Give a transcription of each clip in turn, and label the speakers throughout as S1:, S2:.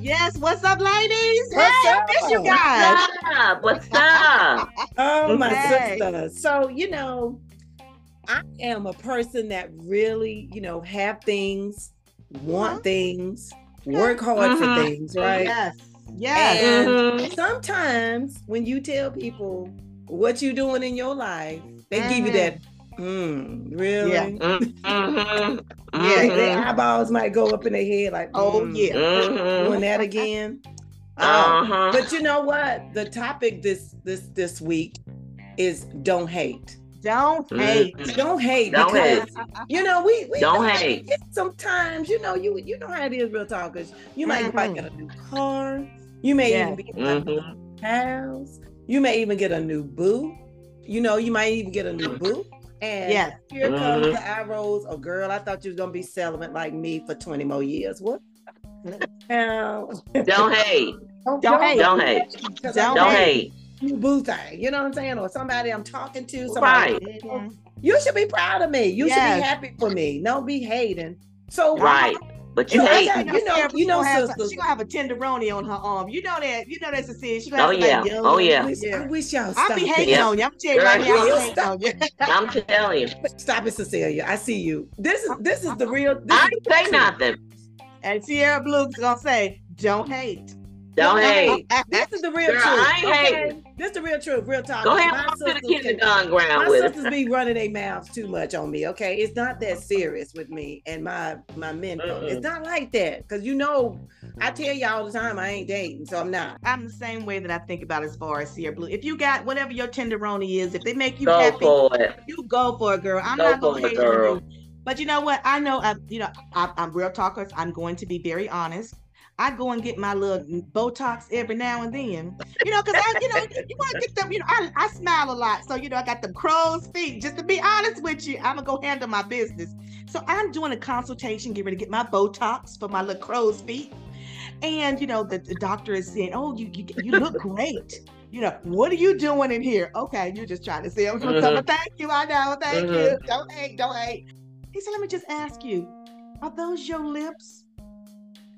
S1: Yes, what's up, ladies?
S2: What's
S1: hey, I
S2: up?
S1: miss you
S2: What's
S1: guys.
S3: What's up? What's up?
S2: Oh my
S1: Okay.
S2: sister. So, you know, I am a person that really, you know, have things, want
S1: Uh-huh.
S2: things, work hard
S3: Uh-huh.
S2: for things, right?
S1: Yes, yes.
S3: Mhm.
S2: Sometimes when you tell people what you doing in your life, they give
S1: Mhm.
S2: you that, mm, really?
S1: Yeah.
S3: Mhm.
S1: Yeah,
S2: Like, their
S3: Mhm.
S2: eyeballs might go up in their head like,
S1: Oh,
S2: "Mm,
S1: yeah. Mm-hmm.
S3: Mhm.
S2: Doing that again. Oh,
S3: Uh-huh.
S2: but you know what? The topic this this this week is don't hate.
S1: Don't
S3: Mm-hmm.
S1: hate.
S2: Don't hate
S3: Don't
S2: because uh,
S3: hate.
S2: you know we, we
S3: Don't hate.
S2: Sometimes you know you you know how it is, real talkers. You might
S1: Mhm.
S3: Mm-hmm.
S2: might get a new car. You may
S1: Yeah.
S2: even be in a
S3: Mhm.
S2: new house. You may even get a new boo. You know you might even get a new boo. And
S1: Yes.
S2: here comes
S3: Mhm.
S2: the eye rolls. Oh girl, I thought you was gonna be celibate like me for twenty more years. What? Now,
S3: Don't hate.
S2: don't,
S1: hate.
S3: Don't hate.
S2: 'Cause I
S1: Don't
S3: Don't
S2: know
S3: hate.
S2: you boo thing. You know what I'm saying? Or somebody I'm talking to. Somebody,
S3: Right.
S1: Mhm.
S2: You should be proud of me. You should
S1: Yes.
S2: be happy for me. Don't be hating. So
S3: Right. But you
S2: Yeah, I
S3: hate.
S2: got- you know-
S1: Sarah,
S2: you know,
S1: she gonna have-
S2: sisters.
S1: She gonna have a tenderoni on her arm. You know that. You know that's a sin. She gonna
S3: Oh
S1: have
S3: yeah.
S1: like,
S3: Oh
S2: I
S3: yeah.
S2: wish, I wish y'all
S1: I
S2: stop
S1: be
S2: it.
S1: hating
S3: Yeah.
S1: on you. I'm telling you right
S3: Girl,
S1: now. I
S3: you
S1: be hating on you.
S3: I'm telling you.
S2: Stop it, Cecilia. I see you. This is this is the
S1: Uh-uh.
S2: real. This
S3: I
S2: is
S3: didn't say nothing.
S1: And Sierra Blue's gonna say, "Don't hate."
S3: Don't hate.
S2: This is the real
S3: Girl,
S2: truth.
S3: I ain't hating.
S2: This is the real truth. Real talk.
S3: Go ahead
S2: My
S3: and walk to the
S2: sisters can-
S3: kindergarten ground
S2: My
S3: with it.
S2: sisters be running their mouths too much on me. Okay, it's not that serious with me and my my men. folk.
S3: Mm-mm.
S2: It's not like that because you know I tell you all the time I ain't dating, so I'm not.
S1: I'm the same way that I think about as far as Sierra Blue. If you got whatever your tenderoni is, if they make you
S3: Go
S1: happy,
S3: for it.
S1: you go for it, girl. I'm
S3: Go
S1: not gonna
S3: for it,
S1: hate
S3: girl.
S1: on you. But you know what? I know. I, you know, I, I'm real talkers. I'm going to be very honest. I go and get my little Botox every now and then. You know, because I, you know, you want to get them. You know, I, I smile a lot, so you know, I got them crow's feet. Just to be honest with you, I'm gonna go handle my business. So I'm doing a consultation, getting ready to get my Botox for my little crow's feet. And you know, the, the doctor is saying, "Oh, you you you look great." You know, what are you doing in here? Okay, you're just trying to see. I'm
S3: Mhm.
S1: thank you. I know. Thank you.
S3: Mhm.
S1: Don't hate. Don't hate. He said, "Let me just ask you, are those your lips?"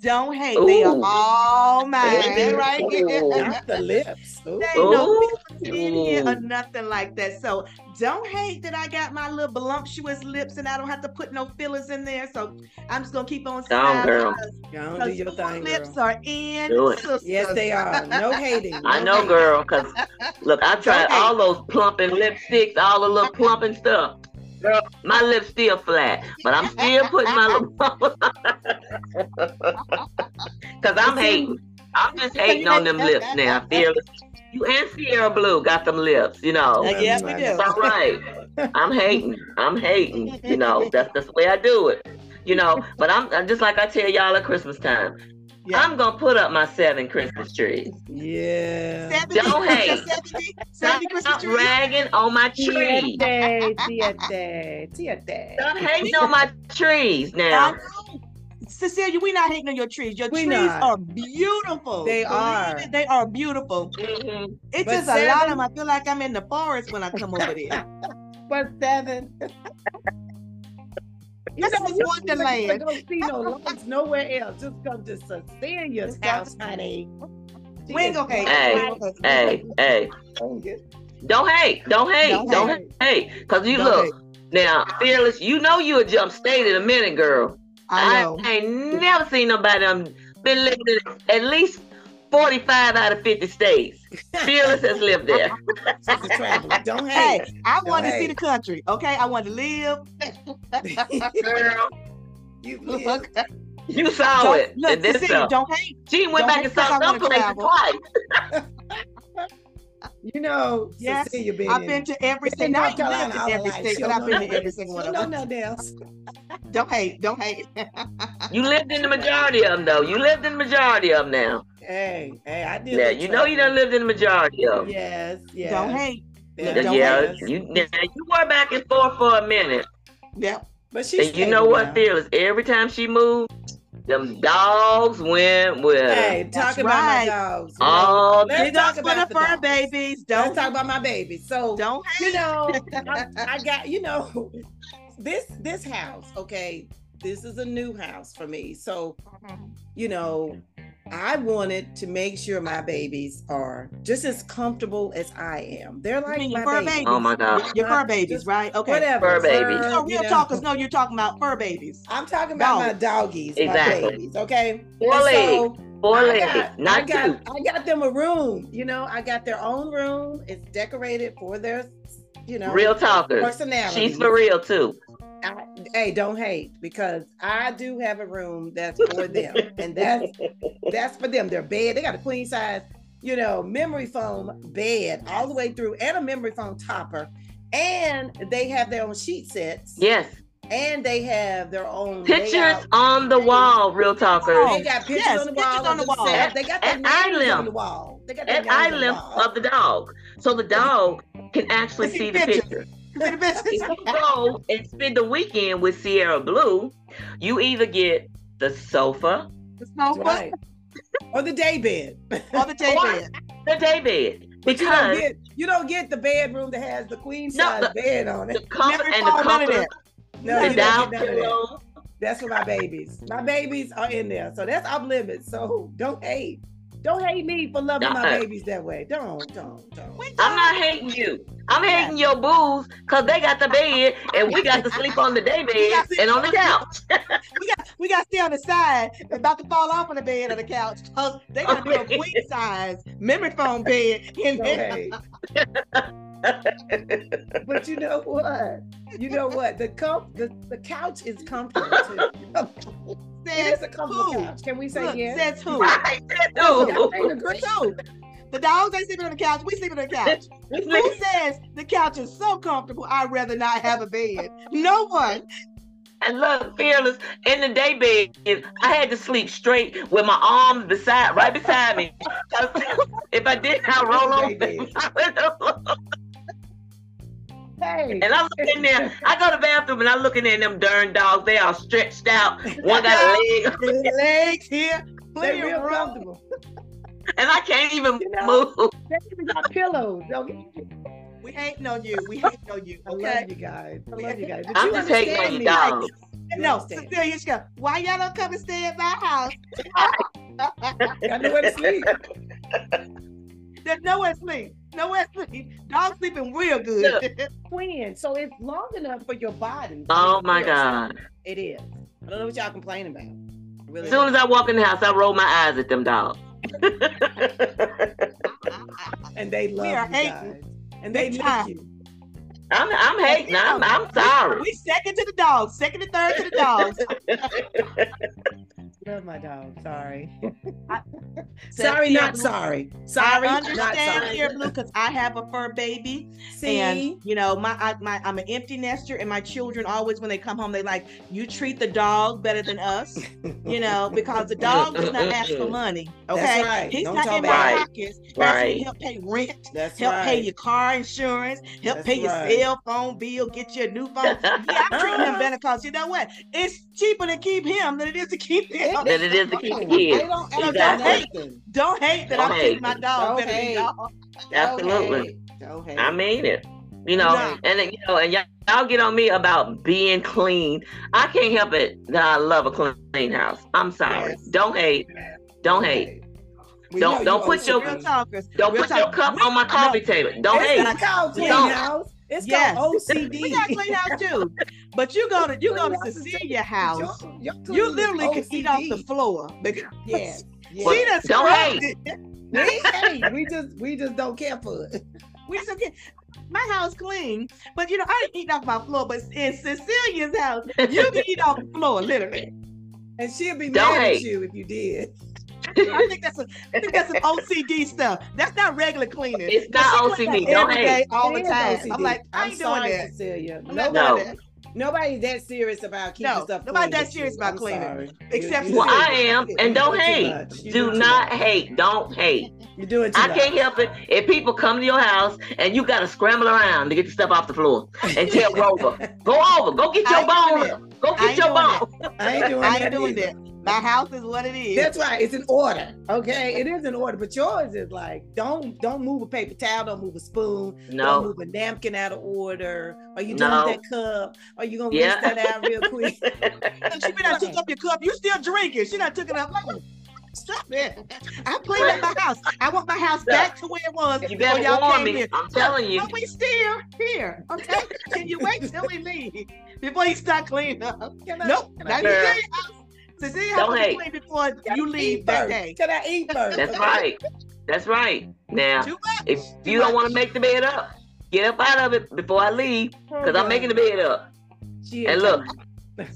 S1: Don't hate. They are
S3: Ooh.
S1: all mine. They right here.
S2: oh,
S3: Ooh.
S2: Not the lips. Ooh.
S1: They ain't no
S3: Ooh.
S1: lips in here
S3: oh.
S1: or nothing like that. So don't hate that I got my little voluptuous lips and I don't have to put no fillers in there. So I'm just gonna keep on smiling.
S3: girl.
S1: 'cause
S2: Don't do
S1: because
S2: your
S1: your
S2: thing,
S1: lips
S2: girl.
S1: are in.
S3: Do it.
S1: sisters.
S2: Yes, they are. No hating.
S3: I
S2: no
S3: know,
S2: hating.
S3: girl, because look, I tried
S1: Okay.
S3: all those plumping lipsticks, all the little plumping stuff. Girl, my lips still flat, but I'm still putting my little Because I'm hating. I'm just hating on them lips now. Fearless. You and Sierra Blue got them lips, you know.
S1: Uh, yeah, we
S3: It's all
S1: do.
S3: right. I'm hating. I'm hating. You know, that's that's the way I do it. You know, but I'm, I'm just like I tell y'all at Christmas time.
S1: Yeah.
S3: I'm gonna put up my seven Christmas trees.
S2: Yeah.
S1: 70,
S3: Don't hate.
S1: 70, 70 Christmas
S3: Stop
S1: trees.
S3: ragging on my tree.
S2: Siete, siete, siete.
S3: Stop hating on my trees now.
S1: I know. Cecilia, we're not hating on your trees. Your
S2: We
S1: trees
S2: not.
S1: are beautiful.
S2: They
S1: Believe
S2: are.
S1: it, They are beautiful.
S3: Mhm.
S1: It's
S2: But
S1: just a lot of
S2: seven-
S1: them. I feel like I'm in the forest when I come over there.
S2: But seven. You
S1: This
S2: know,
S1: is
S2: you
S1: Wonderland.
S2: ain't gonna see no lights nowhere else. Just come to Cecilia's house, honey. She
S1: We ain't
S2: is
S1: gonna hate.
S3: Hey,
S1: We ain't gonna hate.
S3: Hey, hey, don't hate, don't hate,
S1: Don't
S3: don't
S2: hate.
S3: hate, cause you
S1: Don't
S3: look
S1: hate.
S3: now, fearless. You know you a jump state in a minute, girl.
S1: I know.
S3: ain't never seen nobody. um, been living in at least forty-five out of fifty states. Fearless has lived there.
S2: She's a traveler. Don't
S1: Hey,
S2: hate.
S1: I wanted to see
S2: hate.
S1: the country. Okay, I wanted to live.
S3: Girl,
S2: You live.
S1: Look,
S3: you saw
S1: don't-
S3: it.
S1: look,
S3: and then
S1: Cecilia,
S3: some.
S1: don't hate.
S3: She went
S1: don't
S3: back
S1: hate
S3: and saw
S1: 'cause I
S3: some
S1: wanna
S3: places
S1: travel.
S3: twice.
S2: You know,
S1: Yes,
S2: Cecilia been
S1: I've
S2: in-
S1: been to every
S2: in
S1: single. I
S2: North
S1: ain't lived
S2: Carolina all
S1: in
S2: her
S1: every
S2: life.
S1: state,
S2: She
S1: but
S2: don't
S1: I've
S2: know
S1: been to
S2: nothing-
S1: every single one
S2: She
S1: of them.
S2: don't know nothing else.
S1: Don't hate. Don't hate.
S3: You lived in the majority of them, though. You lived in the majority of them now.
S2: Hey, hey, I did.
S3: Yeah,
S2: look
S3: you know you done lived in the majority of
S2: travel.
S3: them.
S2: Yes, yes.
S1: Don't hate.
S2: yes,
S1: Don't
S3: yeah,
S2: yes.
S3: you, now, you were back and forth for a minute.
S1: Yep.
S2: But she's
S3: and you know
S2: stable
S3: what,
S2: now.
S3: Fearless? Every time she moved, them dogs went with her.
S2: Hey,
S1: That's
S2: talk about
S1: right.
S2: my dogs.
S3: All
S2: Let's
S1: Big ups
S2: talk about
S1: for
S2: the
S1: the fur
S2: dogs.
S1: babies.
S2: Let's
S1: Don't
S2: talk about my baby. So
S1: don't hate.
S2: you know, I, I got you know this this house. Okay, this is a new house for me. So, you know, I wanted to make sure my babies are just as comfortable as I am. They're like
S1: mean
S2: my
S1: your fur
S2: babies.
S1: babies?
S3: Oh my God.
S1: Your fur
S2: Not
S1: babies,
S2: just-
S1: right? Okay.
S2: Whatever.
S3: Fur babies.
S2: fur,
S1: So
S2: you
S1: real
S2: know.
S1: talkers know you're talking about fur babies.
S2: I'm talking about my
S1: Dogs.
S2: doggies,
S3: Exactly.
S2: my babies. Okay.
S3: Four
S2: And so,
S3: legs. Four
S2: I
S3: legs.
S2: got, I
S3: Not two.
S2: got, I got them a room. You know, I got their own room. It's decorated for their, you know,
S3: Real talkers.
S2: personality.
S3: She's for real too.
S2: I, hey, don't hate because I do have a room that's for them, and that's that's for them. Their bed, they got a queen size, you know, memory foam bed all the way through, and a memory foam topper, and they have their own sheet sets,
S3: Yes.
S2: and they have their own
S3: Pictures
S2: layout.
S3: on the wall, real talkers.
S2: They got pictures
S1: Yes,
S2: on the
S1: pictures
S2: wall.
S1: on the
S2: of
S1: wall.
S2: themselves. They got their
S3: And
S2: names
S3: eye
S2: on the
S3: limb.
S2: wall. They got their
S3: And
S2: names on
S3: eye
S2: the
S3: limb
S2: wall.
S3: of the dog. So the dog can actually
S1: See
S3: see the
S1: pictures.
S3: picture.
S1: Wait a minute.
S3: If you go and spend the weekend with Sierra Blue, you either get the sofa,
S1: The sofa
S2: Right. or the day bed.
S1: or the day
S3: What?
S1: bed.
S3: the daybed.
S2: But you don't
S3: Because
S2: get you don't get the bedroom that has the queen
S3: No,
S2: size
S3: the-
S2: bed on
S3: the
S2: it.
S3: comfort
S1: Never
S3: and the
S1: fall none of
S3: comfort,
S1: that.
S2: No,
S3: the
S2: you
S3: down
S2: don't get none of that.
S3: pillow.
S2: That's for my babies. My babies are in there, so that's off limits. So don't hate, don't hate me for loving my
S3: Nah.
S2: babies that way. Don't, don't, don't.
S1: We
S3: I'm not
S1: talking-
S3: hating you. I'm hating your booze because they got the bed and we got to sleep on the
S1: We
S3: daybed
S1: got to-
S3: and on the couch.
S1: We got we got to stay on the side, about to fall off on the bed or the couch. 'cause they got a
S3: Okay.
S1: queen size memory foam bed in
S2: Don't
S1: there.
S2: hate. but you know what? You know what? The com- the, the couch is comfortable too. It
S1: Says
S2: is a comfortable
S1: who?
S2: couch. Can we say
S1: Look,
S2: yes?
S1: says who?
S3: Right, that
S2: Y'all
S3: too.
S2: can't agree.
S1: So, the dogs ain't sleeping on the couch. We sleeping on the couch. Who says the couch is so comfortable? I'd rather not have a bed. No one.
S3: I love fearless in the day bed. I had to sleep straight with my arms beside, right beside me. 'Cause if I didn't, I roll on.
S2: Hey,
S3: and I look in there. I go to the bathroom and I look in there, and them darn dogs. They all stretched out. One got a leg,
S1: Legs here, plenty
S2: they're real
S1: of room.
S2: comfortable.
S3: and I can't even
S2: You know?
S3: move.
S2: They even got pillows. Okay?
S1: We hating on you. We hating on you.
S2: I
S1: Okay.
S2: love you guys. I love you guys. But
S3: I'm
S2: you
S3: just hating
S2: understand
S3: on you,
S2: me.
S3: dog.
S2: You
S1: No,
S2: understand.
S1: Cecilia, she go, why y'all don't come and stay at my house?
S2: Got nowhere to sleep.
S1: There's nowhere to sleep. Nowhere to sleep. Dogs sleeping real good.
S2: Twin. So it's long enough for your body.
S3: Oh
S2: It
S3: my
S2: is.
S3: God.
S2: It is. I don't know what y'all complain about. I Really
S3: As soon as I walk in the house, I roll my eyes at them dogs.
S2: don't. and they love
S1: are
S2: you
S1: hating.
S2: guys. And they
S1: Big
S2: love
S1: time.
S2: you.
S3: I'm, I'm hating. I'm, I'm sorry.
S1: we second to the dogs, second and third to the dogs.
S2: Love my dog. Sorry.
S1: I-
S2: sorry,
S1: Sierra
S2: not
S1: Blue-
S2: sorry. Sorry,
S1: I
S2: not
S1: understand
S2: sorry.
S1: here, Blue, because I have a fur baby,
S2: See,
S1: and you know, my, I, my I'm an empty nester, and my children always, when they come home, they like you treat the dog better than us, you know, because the dog does not ask for money. Okay,
S2: That's right.
S1: he's
S2: Don't
S1: not
S2: talk
S1: in
S3: about
S1: my
S3: it.
S1: pockets.
S3: Right.
S1: Right. Help pay rent.
S2: that's
S1: Help
S2: right.
S1: pay your car insurance. Help
S2: That's
S1: pay your
S2: right.
S1: cell phone bill. Get you a new phone. Yeah, I'm treating him better because you know what? It's cheaper to keep him than it is to keep them.
S3: Than it is to keep the
S2: They
S3: kids.
S2: don't ask
S3: Exactly.
S2: for nothing.
S1: Don't hate that
S3: Don't
S1: I'm treating
S3: hate.
S1: my dog
S2: Don't
S1: better than
S2: hate.
S1: y'all.
S3: Absolutely.
S2: Don't hate.
S3: I mean it. You know,
S1: Nah.
S3: and then, you know, and y'all, y'all get on me about being clean. I can't help it that I love a clean house. I'm sorry.
S2: Yes.
S3: Don't hate. Don't hate.
S2: We
S3: Don't-
S2: know you
S3: don't
S2: are
S3: put
S2: so
S3: your-
S1: Real
S2: good.
S1: talkers.
S3: Don't
S1: Real
S3: put your
S1: talk.
S3: cup on my coffee table. Don't
S2: it's
S3: hate.
S2: not called clean
S3: Don't.
S2: house. It's
S1: Yes.
S2: called OCD.
S1: We got a clean house too. But you go to you go to Cecilia house.
S2: Your- your clean
S1: You
S2: is
S1: literally can eat off the
S2: OCD.
S1: floor because
S2: Yes.
S3: Well,
S1: she
S2: yes.
S1: done
S3: don't
S1: scrubbed
S3: hate.
S1: it.
S2: We, ain't- we just we just don't care for it.
S1: We just get my house clean, but you know I didn't eat off my floor. But in Cecilia's house, you can eat off the floor literally.
S2: And she'll be
S3: Don't
S2: mad
S3: hate.
S2: at you if you did.
S1: I think that's a, I think that's some OCD stuff. That's not regular cleaning.
S3: It's
S1: But
S3: not
S1: she cleans
S3: OCD. Don't
S1: every
S3: hate.
S1: day, all the
S2: It is
S1: time.
S2: OCD.
S1: I'm like I
S2: I'm
S1: ain't doing
S2: sorry,
S1: that.
S2: Cecilia.
S1: I'm not
S2: Nobody,
S3: No.
S1: doing that.
S2: nobody's that serious about keeping
S1: No,
S2: stuff.
S1: nobody's
S2: clean
S1: that
S2: as
S1: serious
S2: you.
S1: about
S2: I'm
S1: cleaning.
S2: sorry.
S1: Except
S2: you,
S1: for
S3: Well,
S1: you.
S3: I am, Um, and
S2: You do
S3: don't
S2: too
S3: hate.
S2: much. You do
S3: Do
S2: too
S3: not
S2: much.
S3: hate. Don't hate.
S2: you're doing too
S3: I
S2: much.
S3: can't help it if people come to your house and you gotta scramble around to get your stuff off the floor and tell Rover, go over, go get
S1: I
S3: your
S1: ain't doing
S3: bone up, go
S1: I
S3: get
S1: ain't
S3: your
S1: doing
S3: bone.
S2: I ain't doing
S1: I
S2: that.
S1: ain't doing
S2: either.
S1: that. My house is what it is.
S2: That's right. It's in order. Okay. It is in order. But yours is like, don't don't move a paper towel, don't move a spoon, don't
S3: No.
S2: move a napkin out of order. Are you doing
S3: No.
S2: that cup? Are you gonna
S3: Yeah.
S2: rinse that out real quick?
S1: And she been out took up your cup. You still drinking. She not took it up. Like, stop it. I cleaned up my house. I want my house back to where it was
S3: you
S1: before
S3: better
S1: y'all
S3: warn
S1: came
S3: me.
S1: here.
S3: I'm telling you.
S1: But we still here. Okay. Can you wait till we leave before you start cleaning up?
S2: Can I-
S1: Nope.
S2: can
S1: Now
S2: I,
S1: you
S3: Girl.
S1: see us. Cecilia has
S3: Don't
S1: to
S3: hate.
S1: clean before
S2: can I
S1: you
S2: eat
S1: leave that
S2: first?
S1: day.
S2: Can I eat first?
S3: That's right. That's right. Now,
S1: Too much.
S3: if you don't want to make the bed up, get up out of it before I leave, because I'm making the bed up.
S2: She
S3: And
S2: is-
S3: look,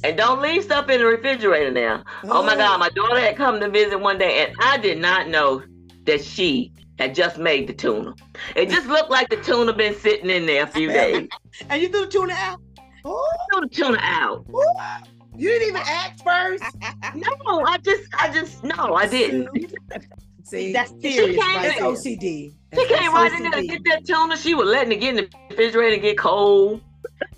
S3: and don't leave stuff in the refrigerator now. Oh
S2: Mm.
S3: my God, my daughter had come to visit one day, and I did not know that she had just made the tuna. It just looked like the tuna been sitting in there a few days.
S1: And you threw the tuna out.
S2: Oh,
S3: Threw the tuna out.
S2: you didn't even ask first.
S3: No, I just, I just, no, I didn't.
S2: See,
S1: That's
S3: She
S1: serious.
S3: came Oh,
S1: Right
S2: that's
S1: there.
S2: OCD.
S3: She
S2: That's
S3: came right in there to
S2: OCD.
S3: get that tuna. She was letting it get in the refrigerator and get cold.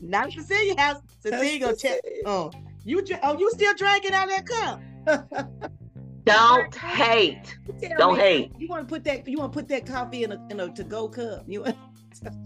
S1: Not Cecilia house. Cecilia gonna check. Oh, you dr- oh you still drinking out of that cup?
S3: Don't hate.
S2: Tell
S3: Don't
S2: me,
S3: hate.
S2: You want to put that? You want to put that coffee in a in a to go cup? You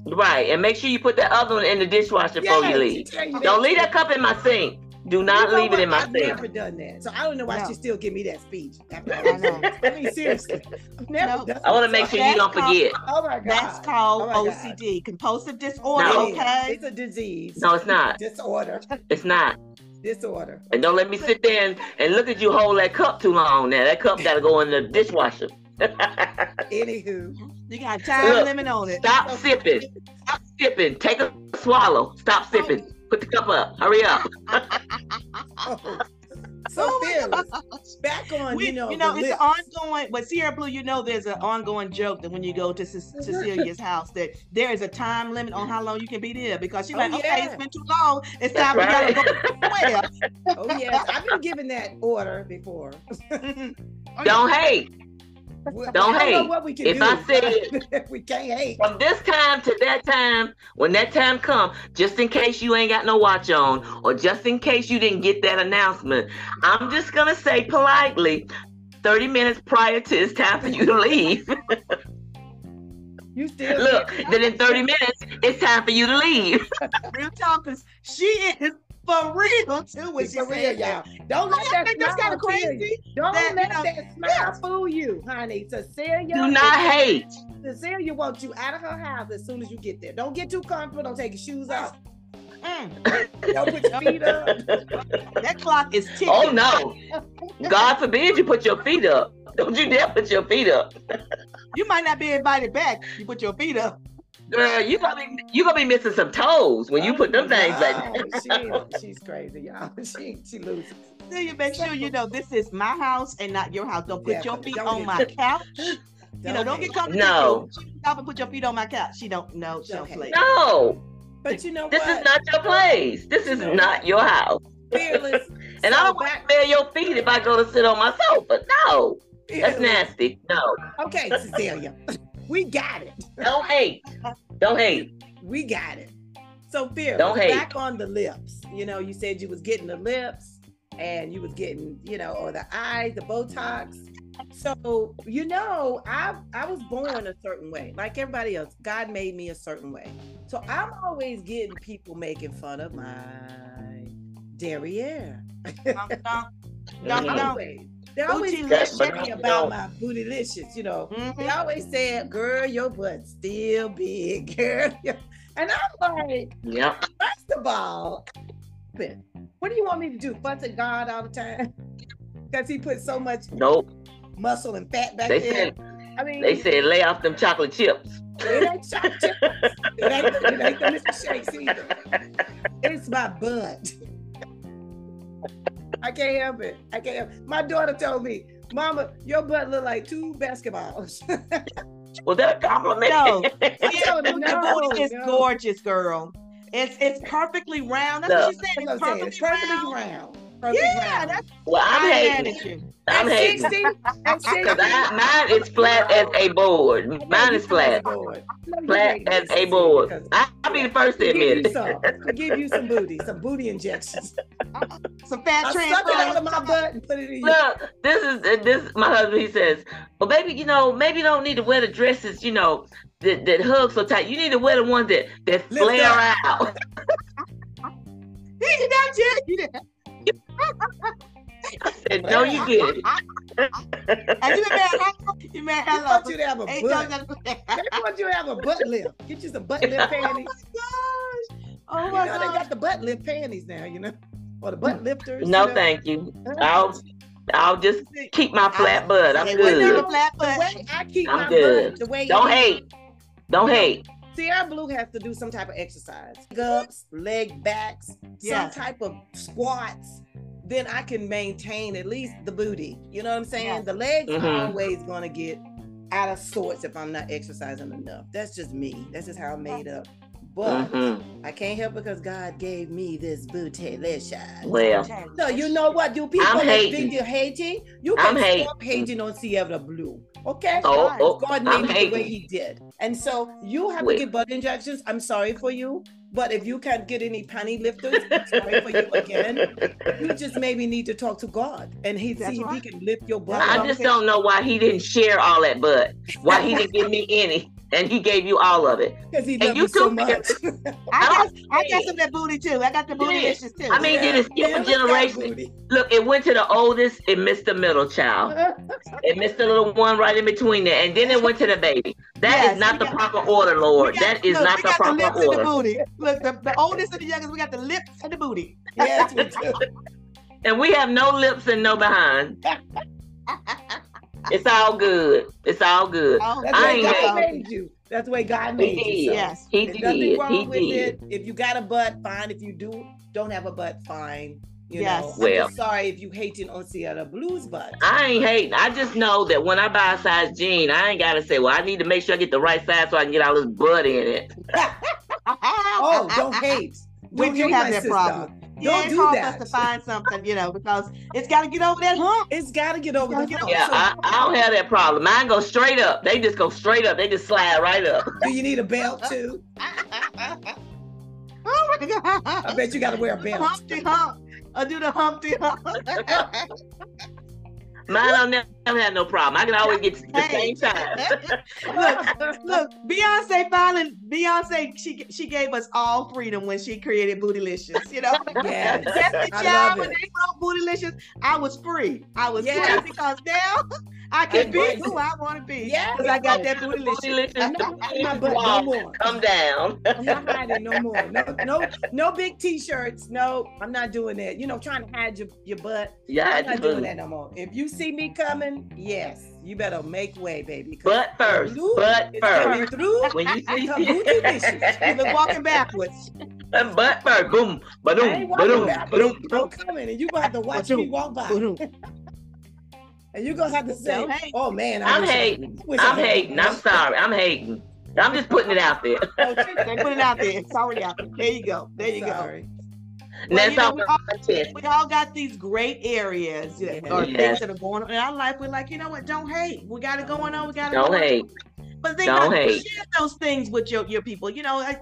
S3: Right. And make sure you put that other one in the dishwasher before
S2: Yes,
S3: you leave.
S2: tell you
S3: Don't
S2: that.
S3: leave that cup in my sink. Do not
S2: You know
S3: leave it in
S2: what?
S3: my
S2: I've
S3: sink.
S2: never done that, so I don't know why
S1: No.
S2: she still give me that speech. After all
S1: I
S2: this.
S1: know.
S2: I mean, seriously, I've never
S1: No.
S2: done
S3: I want
S2: it.
S3: to make
S2: So-
S3: sure you
S1: That's
S3: don't
S1: called-
S3: forget.
S2: Oh my god,
S1: That's called
S2: Oh my God.
S1: OCD, compulsive disorder.
S3: No.
S2: It is.
S1: Okay.
S2: It's a disease.
S3: No, it's not.
S2: Disorder.
S3: It's not.
S2: Disorder.
S3: And don't let me sit there and, and look at you hold that cup too long now. That cup got to go in the dishwasher.
S2: Anywho,
S1: You got a time
S3: Look.
S1: limit on it.
S3: Stop sipping. Stop sipping. Take a swallow. Stop sipping. Put the cup up. Hurry up.
S2: oh. so
S1: Oh my
S2: fearless.
S1: gosh.
S2: Back on,
S1: We-
S2: you know, the
S1: it's
S2: list.
S1: ongoing. With Sierra Blue, you know, there's an ongoing joke that when you go to Ce-
S2: Mm-hmm.
S1: Cecilia's house, that there is a time limit on how long you can be there because she's
S2: Oh,
S1: like, okay,
S2: yeah.
S1: it's been too long. It's
S3: That's
S1: time for y'all to
S3: right.
S1: go somewhere.
S2: Oh yes, I've been given that order before.
S3: Don't hate.
S2: Well,
S3: Don't
S2: I know
S3: hate.
S2: What we can
S3: If
S2: do.
S3: I said
S2: we can't hate.
S3: From this time to that time, when that time come, just in case you ain't got no watch on, or just in case you didn't get that announcement, I'm just gonna say politely, 30 minutes prior to it's time for you to leave.
S2: You still
S3: Look, then in 30 minutes, it's time for you to leave.
S1: Real talk, 'cause she is for real too. When
S2: It's
S1: she
S2: for real,
S1: said
S2: y'all.
S1: that.
S2: Don't
S1: Don't
S2: let
S1: you
S2: that
S1: think that's kind
S2: smile
S1: of
S2: fool you.
S1: crazy?
S2: Don't
S1: that, you
S2: let
S1: know,
S2: that smile
S1: yeah.
S2: fool you, honey. Cecilia,
S3: Do not hate.
S2: Cecilia wants you out of her house as soon as you get there. Don't get too comfortable. Don't take your shoes off.
S1: Mm,
S2: Don't put your feet up.
S1: that clock is ticking.
S3: Oh no. God forbid you put your feet up. Don't you dare put your feet up.
S1: You might not be invited back. You put your feet up.
S3: Girl, you gonna be you gonna be missing some toes when you put them things like that.
S2: Wow, she- she's crazy, y'all. She she loses.
S1: Cecilia, make sure you know this is my house and not your house. Don't put your
S2: Definitely.
S1: feet
S2: Don't
S1: on
S2: get-
S1: my couch. You know, don't
S2: hate.
S1: get comfortable.
S3: No.
S1: Stop and put your feet on my couch. She don't know. She
S2: Don't
S1: don't
S2: hate.
S1: play.
S3: No.
S2: But you know
S3: This
S2: what?
S3: is not your place. This is not your house.
S2: fearless.
S3: And I don't want to smell your feet if I go to sit on my sofa. No, that's nasty. No,
S2: Okay, Cecilia, we got it.
S3: don't hate. Don't hate.
S2: We got it. So fearless.
S3: Don't hate.
S2: Back on the lips. You know, you said you was getting the lips, and you was getting, you know, or the eyes, the Botox. So you know, I I was born a certain way, like everybody else. God made me a certain way. So I'm always getting people making fun of my derriere.
S1: Dunk, dunk, dunk,
S3: Mhm.
S1: dunk.
S2: Always. They always
S1: Bootylicious.
S2: bitch me about my bootylicious, you know. They
S1: Mhm.
S2: always said, girl, your butt's still big, girl. And I'm like,
S3: Yep.
S2: first of all, but what do you want me to do? Fuss at God all the time? Because he put so much
S3: Nope.
S2: muscle and fat back
S3: They
S2: there.
S3: said
S2: I mean,
S3: they said lay off them chocolate chips.
S2: it ain't chocolate chips. It ain't, it ain't the Mr. Shakes either. It's my butt. I can't help it. I can't help it. My daughter told me, Mama, your butt look like two basketballs.
S3: Well, that compliment.
S1: No.
S2: I told her,
S1: Your booty is
S2: "No, no."
S1: gorgeous, girl. It's it's perfectly round. That's what she said. It's
S2: That's what I'm saying.
S1: perfectly
S2: It's
S1: round.
S2: perfectly round. from the
S1: Yeah,
S2: ground.
S1: that's
S3: Well, I'm
S1: I'm mad
S3: hating.
S1: at you.
S3: I'm
S2: At
S3: hating.
S2: 60, at 60,
S3: Cause I, mine is flat as a board. Mine is flat.
S2: Lord.
S3: Flat as a board. I, I'll be the first to
S2: Give
S3: admit
S2: you
S3: it.
S2: some. Give you some booty, some booty injections.
S1: Some fat
S2: I suck it out of
S1: transfer.
S2: my butt and put it in your
S3: Look, this is uh, this. My husband, he says, "Well, baby, you know, maybe you don't need to wear the dresses, you know, that, that hug so tight. You need to wear the ones that that
S2: Lift
S3: flare out."
S1: He did not tell you that.
S3: I said, "No, you didn't."
S1: And you been mad long? You mad
S2: I
S1: that
S2: want
S1: long?
S2: you to have a
S1: Ain't
S2: butt.
S1: no-
S2: I want you to have a butt lift. Get you some butt lift panties.
S1: Oh my gosh. Oh
S2: You
S1: my Mm.
S2: know, they got
S1: gosh.
S2: the butt lift panties now, you know, or the butt lifters.
S3: No,
S2: you know?
S3: thank you. I'll I'll just keep my flat butt. I'm
S1: It wasn't
S3: good.
S1: a flat
S2: The
S1: butt.
S2: way I keep
S3: I'm
S2: my
S3: good.
S2: butt, the way
S3: Don't
S2: you-
S3: hate. Don't hate.
S2: Sierra Blue has to do some type of exercise, leg ups, leg backs,
S1: Yes.
S2: some type of squats. Then I can maintain at least the booty. You know what I'm saying?
S1: Yes.
S2: The legs
S3: Mhm.
S2: are always gonna get out of sorts if I'm not exercising enough. That's just me. That's just how I'm made up. But
S3: Mhm.
S2: I can't help because God gave me this booty shot.
S3: Well,
S2: No, you know what? You people that
S3: hating.
S2: think you're hating, you
S3: I'm
S2: can
S3: hating.
S2: stop hating on Sierra Blue. Okay?
S3: oh, oh,
S2: God
S3: I'm
S2: made it the way
S3: hating.
S2: he did. And so you have
S3: Wait.
S2: to get butt injections. I'm sorry for you. But if you can't get any panty lifters, I'm sorry for you again. You just maybe need to talk to God and he
S1: That's
S2: see
S1: right.
S2: if he can lift your butt.
S3: I
S2: up.
S3: just don't know why he didn't share all that butt. Why he didn't give me any, and he gave you all of it.
S2: because he
S3: and
S2: loves
S3: you
S2: you so
S3: too,
S2: much.
S1: I got, I got some of that booty too. I got the booty
S3: Yeah.
S1: issues too.
S3: I mean, did it skip a
S2: Yeah, look at that
S3: generation?
S2: booty.
S3: Look, it went to the oldest, it missed the middle child. It missed the little one right in between there, and then it went to the baby. That is
S1: Yes,
S3: not
S1: we
S3: the
S1: got-
S3: proper order, Lord.
S1: We got-
S3: that is
S1: look,
S3: not
S1: we
S3: the
S1: got
S3: proper
S1: lips and
S3: order.
S1: the booty. Look, the, the oldest and the youngest, we got the lips and the booty.
S2: Yes, we do.
S3: and we have no lips and no behind. It's all good. It's all good.
S1: Oh,
S2: That's
S3: I
S2: the way
S3: ain't
S2: God
S1: God.
S2: made you. That's the way God
S3: He
S2: made you.
S3: did.
S2: so.
S1: Yes.
S3: He
S2: There's nothing
S3: did.
S2: wrong
S3: He
S2: with
S3: did.
S2: it. If you got a butt, fine. If you do, don't have a butt, fine. You
S1: Yes.
S2: know,
S3: Well.
S2: I'm just sorry if you hating on Sierra Blues butt.
S3: I ain't hating. I just know that when I buy a size jean, I ain't gotta say, well, I need to make sure I get the right size so I can get all this butt in it.
S2: Oh, don't hate.
S1: We
S2: Don't
S1: do
S2: hate
S1: have
S2: my
S1: that
S2: sister.
S1: problem.
S2: Don't
S1: yeah, it's
S2: do
S1: hard
S2: that.
S1: for us to find something, you know, because it's got to get over that hump.
S2: It's got to get over
S1: gotta
S2: the
S1: get
S2: hump.
S3: Yeah,
S2: So,
S3: I, I don't have that problem. Mine go straight up. They just go straight up. They just slide right up.
S2: do you need a belt too?
S1: Oh my God.
S2: I bet you got to wear a belt.
S1: Humpty hump. I do the Humpty hump.
S3: Mine don't never have no problem. I can always get the
S1: Hey.
S3: same size.
S1: look, look, Beyonce finally, Beyonce, she she gave us all freedom when she created Bootylicious. You know,
S2: Yes.
S1: That's the
S2: I
S1: child
S2: love
S1: when
S2: it.
S1: they wrote Bootylicious, I was free. I was
S2: Yes.
S1: free because now I can
S2: I
S1: be
S2: want
S1: who I want to be.
S2: Yes.
S1: because I got that Bootylicious.
S3: Bootylicious
S2: Not hiding my butt no
S3: wall.
S2: more.
S3: Come down.
S2: I'm not hiding no more. No, no, no big t-shirts. No, I'm not doing that. You know, trying to hide your, your butt.
S3: Yeah, I
S2: I'm
S3: had
S2: not
S3: to
S2: doing
S3: boot.
S2: that no more. If you see me coming, yes, you better make way, baby. 'cause
S3: Butt first.
S2: Blue
S3: Butt
S2: is coming
S3: first.
S2: through.
S3: When you see
S2: Come booty bitches.
S1: You've been walking backwards.
S3: butt first. Boom.
S2: I
S3: Ba-doom.
S2: ain't walking
S3: Ba-doom.
S2: back.
S3: Ba-doom.
S2: I'm coming, and you gonna have to watch me
S1: Ba-doom.
S2: walk by,
S1: Boodoo.
S2: and you gonna have to say,
S1: Don't hate.
S2: "Oh man, I
S3: I'm
S2: wish I-
S3: hating.
S2: I wish I
S3: I'm
S2: had
S3: hating.
S2: that."
S3: I'm sorry. I'm hating. I'm just putting it out there.
S2: Oh,
S1: They put it out there. It's already out there. There you go. There you go.
S2: sorry.
S3: And
S1: Well,
S3: that's
S1: you know,
S3: all
S1: we
S3: my
S1: all-
S3: chest.
S1: We all got these great areas you know, or
S3: Yes.
S1: things that are going on in our life. We're like, you know what? Don't hate. We got it going on. We got it
S3: Don't
S1: going on.
S3: hate.
S1: But they
S3: Don't
S1: got to
S3: hate.
S1: share those things with your, your people. You know, like,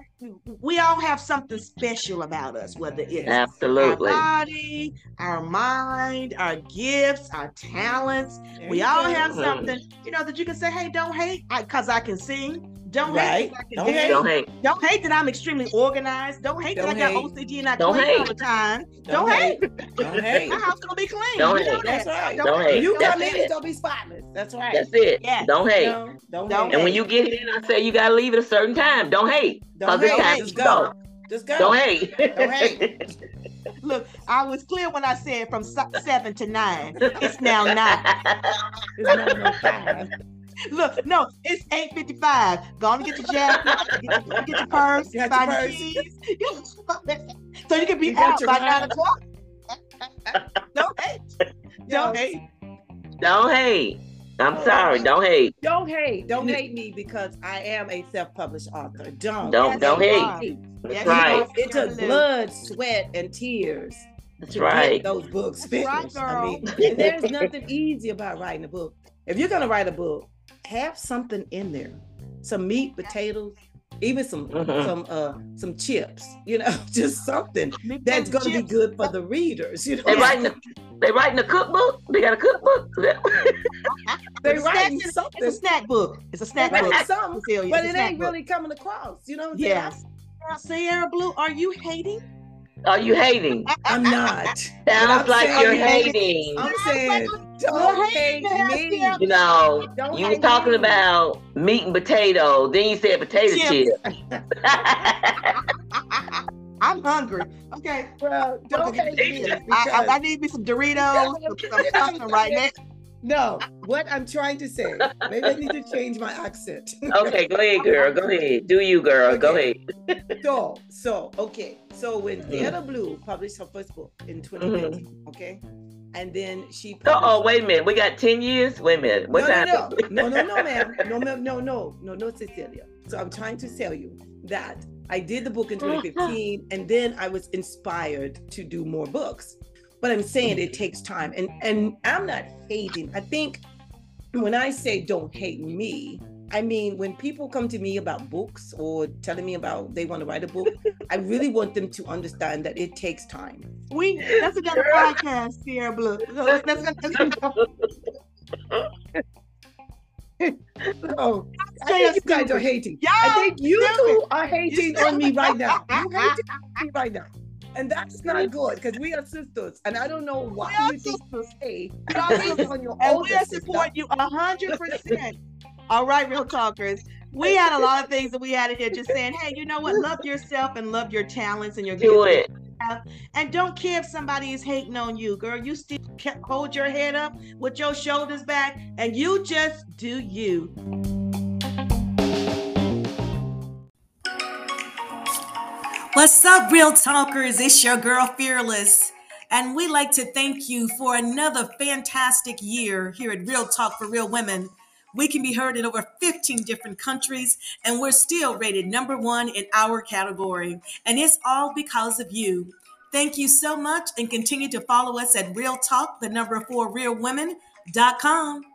S1: we all have something special about us, whether it's
S3: Absolutely.
S1: our body, our mind, our gifts, our talents.
S2: There
S1: we
S2: you
S1: all
S2: go.
S1: have
S3: Mhm.
S1: something, you know, that you can say, hey, don't hate because I, can sing. Don't hate
S2: Right.
S1: 'cause I can
S2: Don't
S1: dance.
S2: hate.
S3: Don't hate.
S1: Don't hate that I'm extremely organized. Don't hate
S2: Don't
S1: that I
S2: hate.
S1: got OCD and I
S3: Don't
S1: clean all
S3: hate.
S1: the time. Don't,
S2: Don't
S1: hate.
S2: Don't hate.
S1: My house gonna be clean.
S3: Don't
S1: You know
S3: hate.
S1: that.
S2: That's right.
S1: Don't
S3: Don't
S1: hate.
S3: hate.
S2: You
S3: That's
S2: come in,
S3: it.
S2: it's gonna be spotless. That's right.
S3: That's it.
S1: Yes.
S3: Don't hate.
S2: No, don't,
S1: Don't
S2: hate.
S3: And when you get in, I say you gotta leave at a certain time. Don't hate.
S2: don't
S3: Cause it's
S2: hate,
S3: time
S2: just go.
S3: to go.
S2: Just go.
S3: Don't hate.
S2: Don't hate.
S1: Look, I was clear when I said from se- seven to nine. It's now nine.
S2: It's not no time.
S1: Look, no, it's eight fifty-five. Go on and get your jacket, get your, get your purse,
S2: Get your
S1: find your
S2: purse.
S1: keys. so you can be
S2: You got
S1: out
S2: your
S1: by
S2: wallet.
S1: nine o'clock. Don't hate. Don't hate.
S3: Don't hate.
S2: Oh,
S3: I'm sorry. Don't hate.
S2: Don't hate. Don't
S3: Yeah.
S2: hate me because I am a self-published author. Don't.
S3: Don't
S1: Yes,
S3: don't
S1: you
S3: hate.
S1: are.
S2: You
S3: That's
S1: you
S2: know,
S3: right.
S1: are.
S2: It took blood, sweat, and tears
S3: That's
S2: to
S3: right.
S2: get those books
S1: That's right,
S2: finished. I mean, and there's nothing easy about writing a book. If you're gonna write a book, have something in there, some meat, potatoes, even some
S3: Mhm.
S2: some uh some chips. You know, just something
S1: Meat,
S2: that's
S1: potatoes,
S2: gonna be
S1: chips.
S2: good for the readers. You know,
S3: They writing a, they writing a cookbook. They got a cookbook.
S2: they
S1: It's
S2: writing
S1: snacks in-
S2: something.
S1: It's a snack book. It's a snack
S2: They
S1: book.
S2: writing something,
S1: Cecilia. It's
S2: but
S1: a
S2: it
S1: snack
S2: ain't
S1: book.
S2: really coming across. You know what I'm saying?
S1: Yes. Girl, Sierra Blue, are you hating?
S3: Are you hating?
S2: I'm not.
S3: Sounds
S2: I'm
S3: like
S2: saying
S3: you're
S2: you hating.
S3: hating.
S2: I'm
S1: Sounds
S2: saying
S1: you're
S2: don't hate
S1: hating us, yeah.
S2: me.
S3: You know,
S2: Don't
S3: you were
S2: hate
S3: talking
S2: me.
S3: about meat and potato. Then you said potato
S1: Chips.
S3: chips.
S1: I'm hungry. Okay.
S2: Well, don't hate me.
S1: I, I,
S2: because-
S1: I need me some Doritos, some, some something right now.
S2: No, what I'm trying to say, maybe I need to change my accent.
S3: okay, go ahead, girl. Go ahead. Do you, girl? Go
S2: Okay.
S3: ahead.
S2: so, so, okay. So when
S3: Mhm.
S2: Theodore Blue published her first book
S3: Mm-hmm.
S2: in 2015, okay? And then she
S3: Uh oh,
S2: published-
S3: wait a minute. We got 10 years? Wait a minute. What
S2: no,
S3: time?
S2: no, no, no, no, no, ma'am. No, no, no, no, no, no, Cecilia. So I'm trying to tell you that I did the book in 2015 and then I was inspired to do more books. But I'm saying it takes time and and I'm not hating. I think when I say don't hate me, I mean when people come to me about books or telling me about they want to write a book, I really want them to understand that it takes time.
S1: We that's another podcast, Sierra Blue. That's, that's, that's,
S2: Oh, I
S1: Say
S2: think you
S1: it's
S2: guys
S1: stupid.
S2: are hating.
S1: Y'all
S2: I think you
S1: stupid.
S2: two are hating on me right now. You hating
S1: Y'all
S2: me right now. And that's not good because we are sisters. And I don't know why you think
S1: sisters.
S2: hey,
S1: Y'all sisters.
S2: on your
S1: and
S2: older
S1: we'll
S2: sister.
S1: support you a hundred percent. All right, real talkers. We had a lot of things that we had in here just saying, hey, you know what? Love yourself and love your talents and your
S3: Do
S1: gifts.
S3: it.
S1: And don't care if somebody is hating on you, girl. You still ca- hold your head up with your shoulders back and you just do you.
S4: What's up, Real Talkers? It's your girl Fearless, and we like to thank you for another fantastic year here at Real Talk for Real Women. We can be heard in over 15 different countries, and we're still rated number one in our category. And it's all because of you. Thank you so much, and continue to follow us at Real Talk, the number four, realwomen.com.